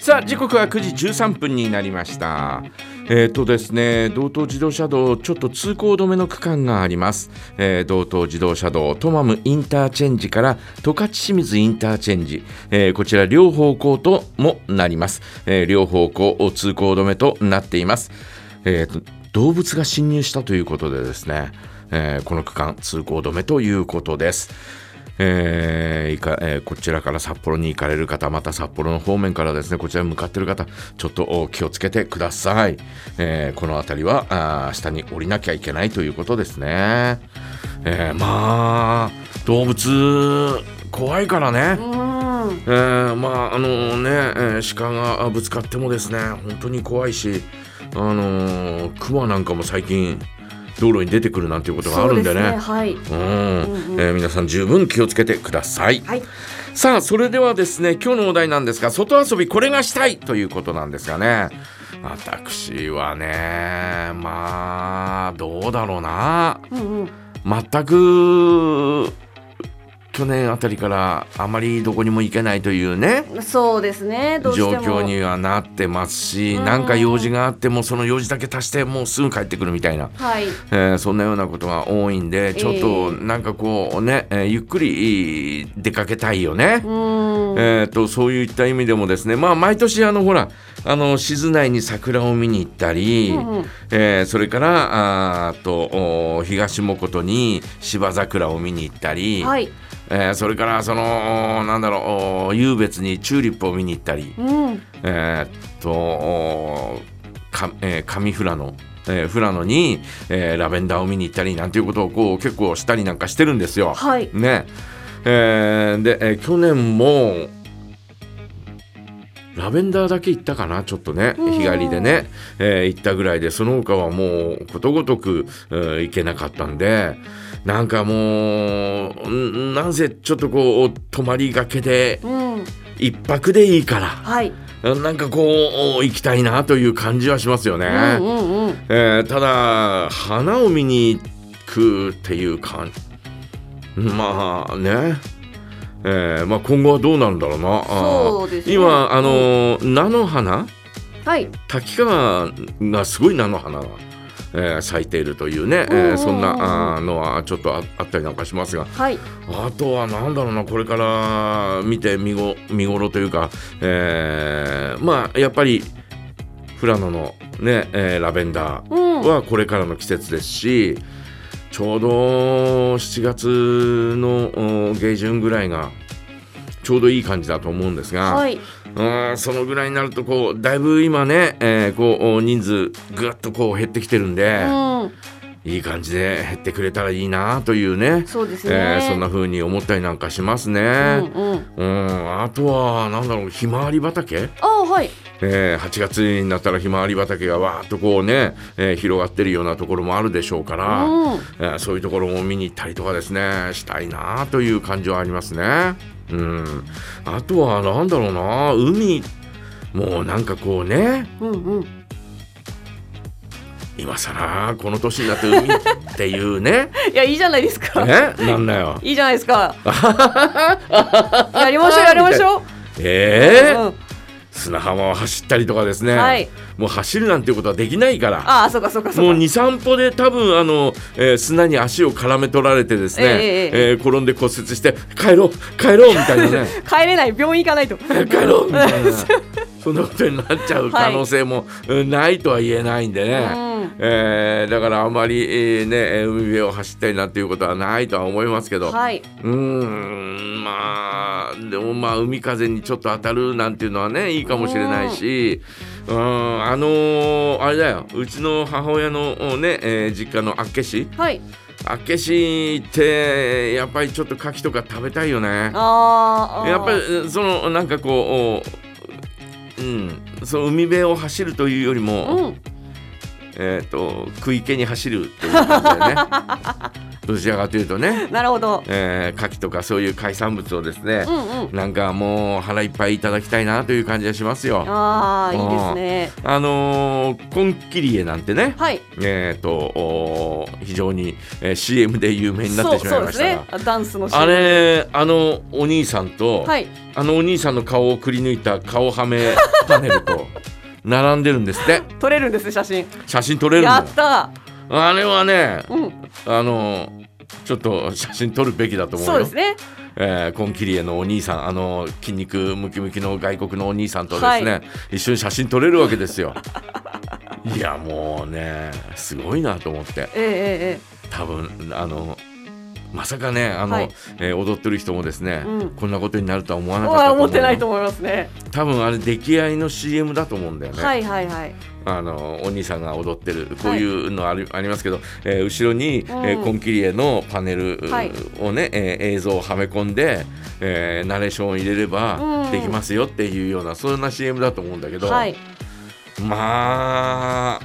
さあ時刻は9時13分になりましたえっ、とですね道東自動車道ちょっと通行止めの区間があります、えー道東自動車道トマムインターチェンジから十勝清水インターチェンジ、えーこちら両方向ともなります、えー両方向を通行止めとなっていますえーと動物が侵入したということでですね、えーこの区間通行止めということですえーいかえーこちらから札幌に行かれる方、また札幌の方面からですね、こちらに向かっている方、ちょっとお気をつけてください。えーこの辺りはあー下に降りなきゃいけないということですね。えーまあ、動物、怖いからね。うんえーまああのね、えー鹿があぶつかってもですね本当に怖いしあのー、クマなんかも最近道路に出てくるなんていうことがあるんでそうすねはい。うんえー皆さん十分気をつけてください、はい。さあそれではですね今日のお題なんですが外遊びこれがしたいということなんですがね私はねまあどうだろうなうんうん。全く去年あたりからあまりどこにも行けないというねそうですね。どうして状も況にはなってますし、うんなんか用事があってもその用事だけ足してもうすぐ帰ってくるみたいな、はい。えーそんなようなことが多いんでちょっとなんかこうね、えーゆっくり出かけたいよね。うん。えー、とそういった意味でもですね、まあ、毎年あのほらあの静内に桜を見に行ったり、うんうんえーそれからあーあとお東もことに芝桜を見に行ったり、はい。えーそれからそのおなんだろうお湧別にチューリップを見に行ったり、うん。えーっとおか、えー上富良野、えー富良野に、えーラベンダーを見に行ったりなんていうことをこう結構したりなんかしてるんですよ。はい。ねえーで、えー去年もラベンダーだけ行ったかなちょっとねうん日帰りでね、えー行ったぐらいでその他はもうことごとく、えー行けなかったんでなんかもうんなんせちょっとこう泊まりがけでうん。一泊でいいかはい。らなんかこう行きたいなという感じはしますよね。うんうんうん。えーただ花を見に行くっていう感まあね、えーまあ、今後はどうなるんだろうなあーそうですね今あのー、菜の花はい。滝川がすごい菜の花が、えー咲いているというね、えーうんうんうんそんなあーのはちょっとああったりなんかしますがはい。あとはなんだろうなこれから見て見ご見頃というか、えーまあやっぱり富良野の、ねえーラベンダーうん。はこれからの季節ですしちょうど7月のお下旬ぐらいがちょうどいい感じだと思うんですが、はい。うんそのぐらいになるとこうだいぶ今ね、えーこうお人数ぐっとこう減ってきてるんで、うん。いい感じで減ってくれたらいいなというねそうですえね。ーそんな風に思ったりなんかしますね。うんううん。ん、あとはなんだろうひまわり畑ああはい。えー8月になったらひまわり畑がわーっとこうね、えー広がってるようなところもあるでしょうから、うん。えーそういうところも見に行ったりとかですねしたいなという感じはありますね。うん、あとはなんだろうな海もうなんかこうねうんうん。今更この年になって海っていう ねいやいいじゃないですか。ねなんだよ。いいじゃないで すか。やりましょうやりましょう。えーうん。砂浜を走ったりとかですね、はいもう走るなんていうことはできないから。ああそうかそうかそうもか。う23歩で多分あの、えー砂に足を絡め取られてですね、ええええー転んで骨折して帰ろう帰ろうみたいな ね帰れない病院行かないと。 帰ろうみたい なそんなことになっちゃう可能性もうんないとは言えないんでね、うんえーだからあまり、えーねえー海辺を走ったりなんていうことはないとは思いますけど、はい。うーんまあでもまあ海風にちょっと当たるなんていうのはねいいかもしれないしうーんあのーあれだようちの母親のおね、えー実家の厚岸はい。厚岸行ってやっぱりちょっと牡蠣とか食べたいよねああ。やっぱりうんそのなんかこうおうんその海辺を走るというよりも、うん。えっ、と食い気に走るってことなんだよねどちらかというとね、なるほど。えー、牡蠣とかそういう海産物をですねう、んうん。なんかもう腹いっぱいいただきたいなという感じがしますよ。ああ、いいですね。あのー、コンキリエなんてね、はい。えー、とおー非常に、えー CM で有名になっそてうしまそいうまでしすたが、ね。ダンスのシーンあ。れあのお兄さんと、はい。あのお兄さんの顔をくり抜いた顔はめパネルと 並んでるんですって撮れるんですね写真。写真撮れるのやよったあれはねー。うん。あのちょっと写真撮るべきだと思うよそうですね。えーコンキリエのお兄さんあの筋肉ムキムキの外国のお兄さんとですね、は一緒に写真撮れるわけですよ いやもうねすごいなと思ってえええ多分あのまさかねあの、はいえー踊ってる人もですね、うんこんなことになるとは思わえええ。なかったはと思思うってないと思いますね。多分あれ出来合いの CM だと思うんだよね、はいはいはい。あのお兄さんが踊ってるこういうのあり,、ありますけど、えー後ろに、んえーコンキリエのパネルはいをね、えー映像をはめ込んで、えーナレーションを入れればうんできますよっていうようなそんな CM だと思うんだけど、はい。まあ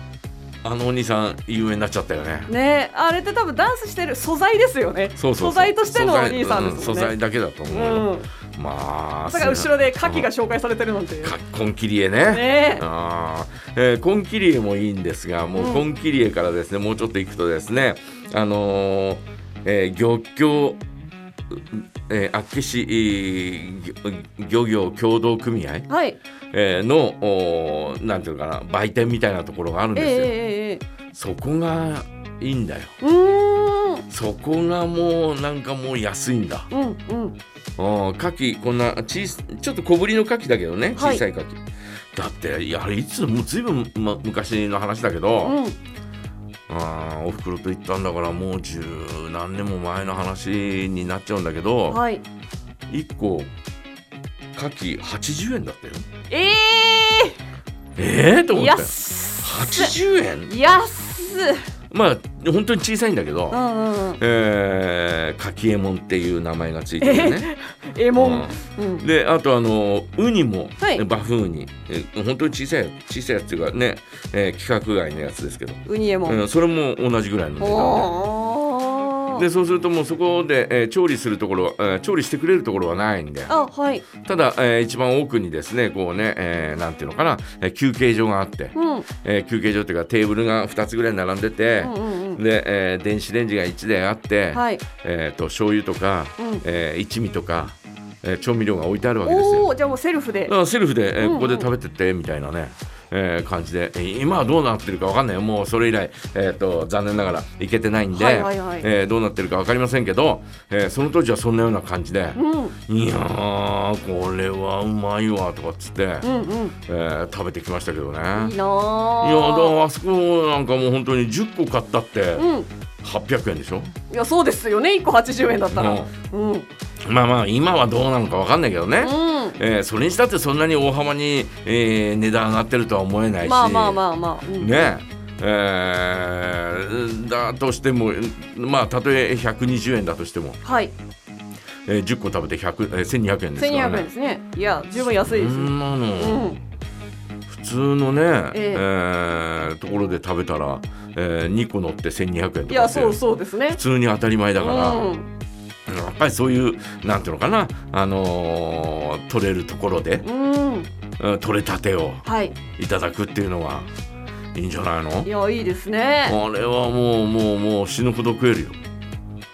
あのお兄さん有名になっちゃったよね。ねあれって多分ダンスしてる素材ですよね。そうそうそう素材としてのお兄さんです素もん材,、う素材ね。だけだと思うよ、うん。まあまさか後ろで牡蠣がし紹介されてるなんて。ねコンキリエねえ。あーえーコンキリエもいいんですがもううんコンキリエからですね、もうちょっと行くとですねあのーえー漁協えー、厚岸、えー漁漁業協同組合、はい。えーのおーなんていうのかな売店みたいなところがあるんええですよ、ええええ。そこがいいんだようーん。そこがもうなんかもう安いんだうんうん。ああ、牡蠣こんな小さちょっと小ぶりの牡蠣だけどね、はい小さい牡蠣。だっていやあれいつもうずいぶん、ま、昔の話だけど、うん。ああおふくろと行ったんだからもう十何年も前の話になっちゃうんだけど、はい。一1個牡蠣80円だったよえええー、とえ思ったー。よ安っ。 80円安っ。まあ本当に小さいんだけど、うんうんうん。えー、牡蠣右衛門っていう名前がついてるね、 えもん。うん。であとあのウニも、はいバフウニえ本当に小さいやつ小さいやつっていうかね、えー規格外のやつですけど、ウニエモン。うん、それも同じぐらいの値段おででーそうするともうそこで、えー調理するところ、えー調理してくれるところはないんであはい。ただ、えー一番奥にですねこうね、えーなんていうのかな、えー休憩所があって、うん。うんえー休憩所っていうかテーブルが2つぐらい並んでて、うんうん。で、えー電子レンジが1台あって、はい。えー、と醤油とか、うんえー一味とか、えー調味料が置いてあるわけですよ。おおーじゃあもうセルフでだ。からセルフで、えーうんうんここで食べてってみたいなね、えー感じで、えー今はどうなってるかわかんないよもうそれ以来、えー、と残念ながら行けてないんで、はいはいはいえーどうなってるかわかりませんけど、えーその当時はそんなような感じでう。んうんいやーこれはうまいわとかっつって、うん。えー食べてきましたけどねいやいいなー。だからあそこなんかもう本当に10個買ったってうん。 800円でしょ、いやそうですよね。一個八十円だったら。うん。うん。まあまあ今はどうなのかわかんないけどね、えーそれにしたってそんなに大幅に、えー値段上がってるとは思えないしまあまあまあまあ。うん。ねえーだとしてもまあたとえ120円だとしても、はい。えー10個食べて100、えー1200円です千か二ら百円でね。すね。いや十分安いですそよ。うん。んなの普通のね、えええーところで食べたら、え2個乗って1200円といかやってそうそうですね普。通に当たり前だうから、ん。やっぱりそういうなんていうのかな、あのー取れるところで、うん。うん取れたてをはい。いただくっていうのはいいんじゃないのいやいいですね。これはもうもうもう死ぬほど食えるよ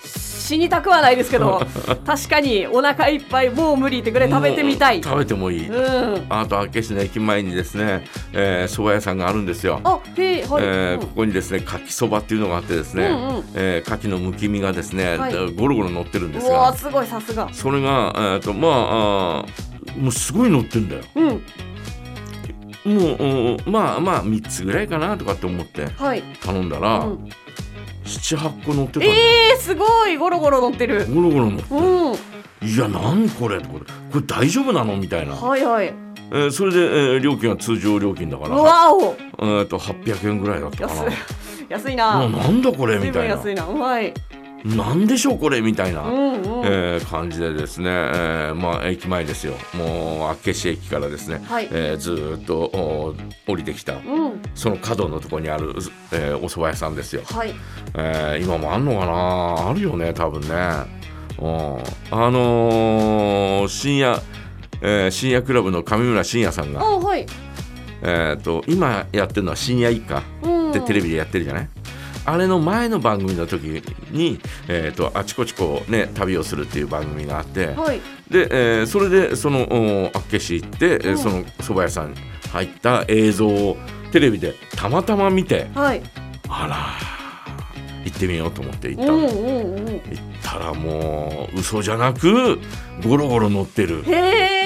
死にたくはないです けど、確かにお腹いっぱいもう無理ってぐらい食べてみたい。もう食べてもいい、うん。あと明石の駅前にですね、えー、蕎麦屋さんがあるんですよ、あへいはい。えーうんここにですねかきそばっていうのがあってですね、うんうんえー、牡蠣のむき身がですね、はいゴロゴロ乗ってるんですうわがーすごいさすがそれが、えー、とまああーもうすごい乗ってんだようんもううんまあまあ3つぐらいかなとかって思ってはい、頼んだら、うん、 78個乗ってたんだよ、えー、すごいゴロゴロ乗ってるゴロゴロ乗ってうんいや何これとこれこれ大丈夫なのみたいな、はいはいえーそれで、えー料金は通常料金だかうらわおえー、と800円ぐらいだったか安ない 安いなななんだこれ随みた分いな安いなうまいなんでしょうこれみたいな、うんうんえー感じでですね、えーまあ、駅前ですよもう厚岸駅からですね、はいえーずーっとお降りてきた、うんその角のところにある、えーお蕎麦屋さんですよ、はいえー今もあんのかなあるよね多分ねうんあのー深夜、えー深夜クラブの上村深夜さんあが、はいえー、と今やってるのは深夜一家うんってテレビでやってるじゃない、あれの前の番組の時に、えー、とあちこちこうね旅をするっていう番組があって、はいで、えーそれでそのお厚岸行って、えーうんその蕎麦屋さんに入った映像をテレビでたまたま見てはいあらー行ってみようと思って行うったの、ん行うんうんったらもう嘘じゃなくゴロゴロ乗ってるへ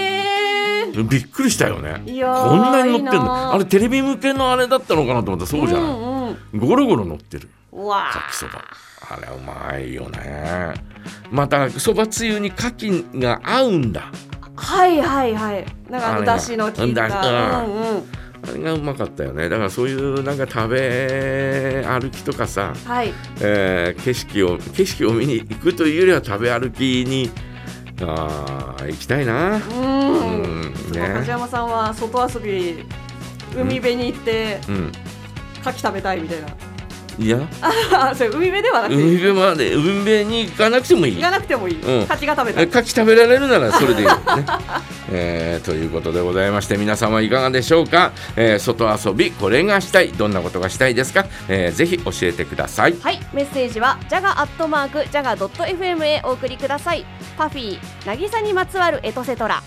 えびっくりしたよねいやーこんなに乗ってんいいなーのあれテレビ向けのあれだったのかなと思ったらそうじゃない、んうんゴロゴロ乗ってるうわかきそばあれうまいよねまたそばつゆにかきが合うんだはいはいはいなんかああのれだしの効いたううんんうんあれがうまかったよねだからそういうなんか食べ歩きとかさ、はいえー景色を景色を見に行くというよりは食べ歩きにあー行きたいなうんうんそう梶ね山さんは外遊び海辺に行ってうん牡蠣食べたいみたいな、いやあそれ海辺ではなく 海て辺まで海辺に行かなくてもいい行かなくてもいい、うん牡蠣が食べたえい牡蠣食べられるならそれでいいよね、 えーということでございまして皆様いかがでしょうか、えー外遊びこれがしたいどんなことがしたいですか、えーぜひ教えてくださいはい、メッセージはジャガアットマークジャガドット FM へお送りください。パフィー、渚にまつわるエトセトラ、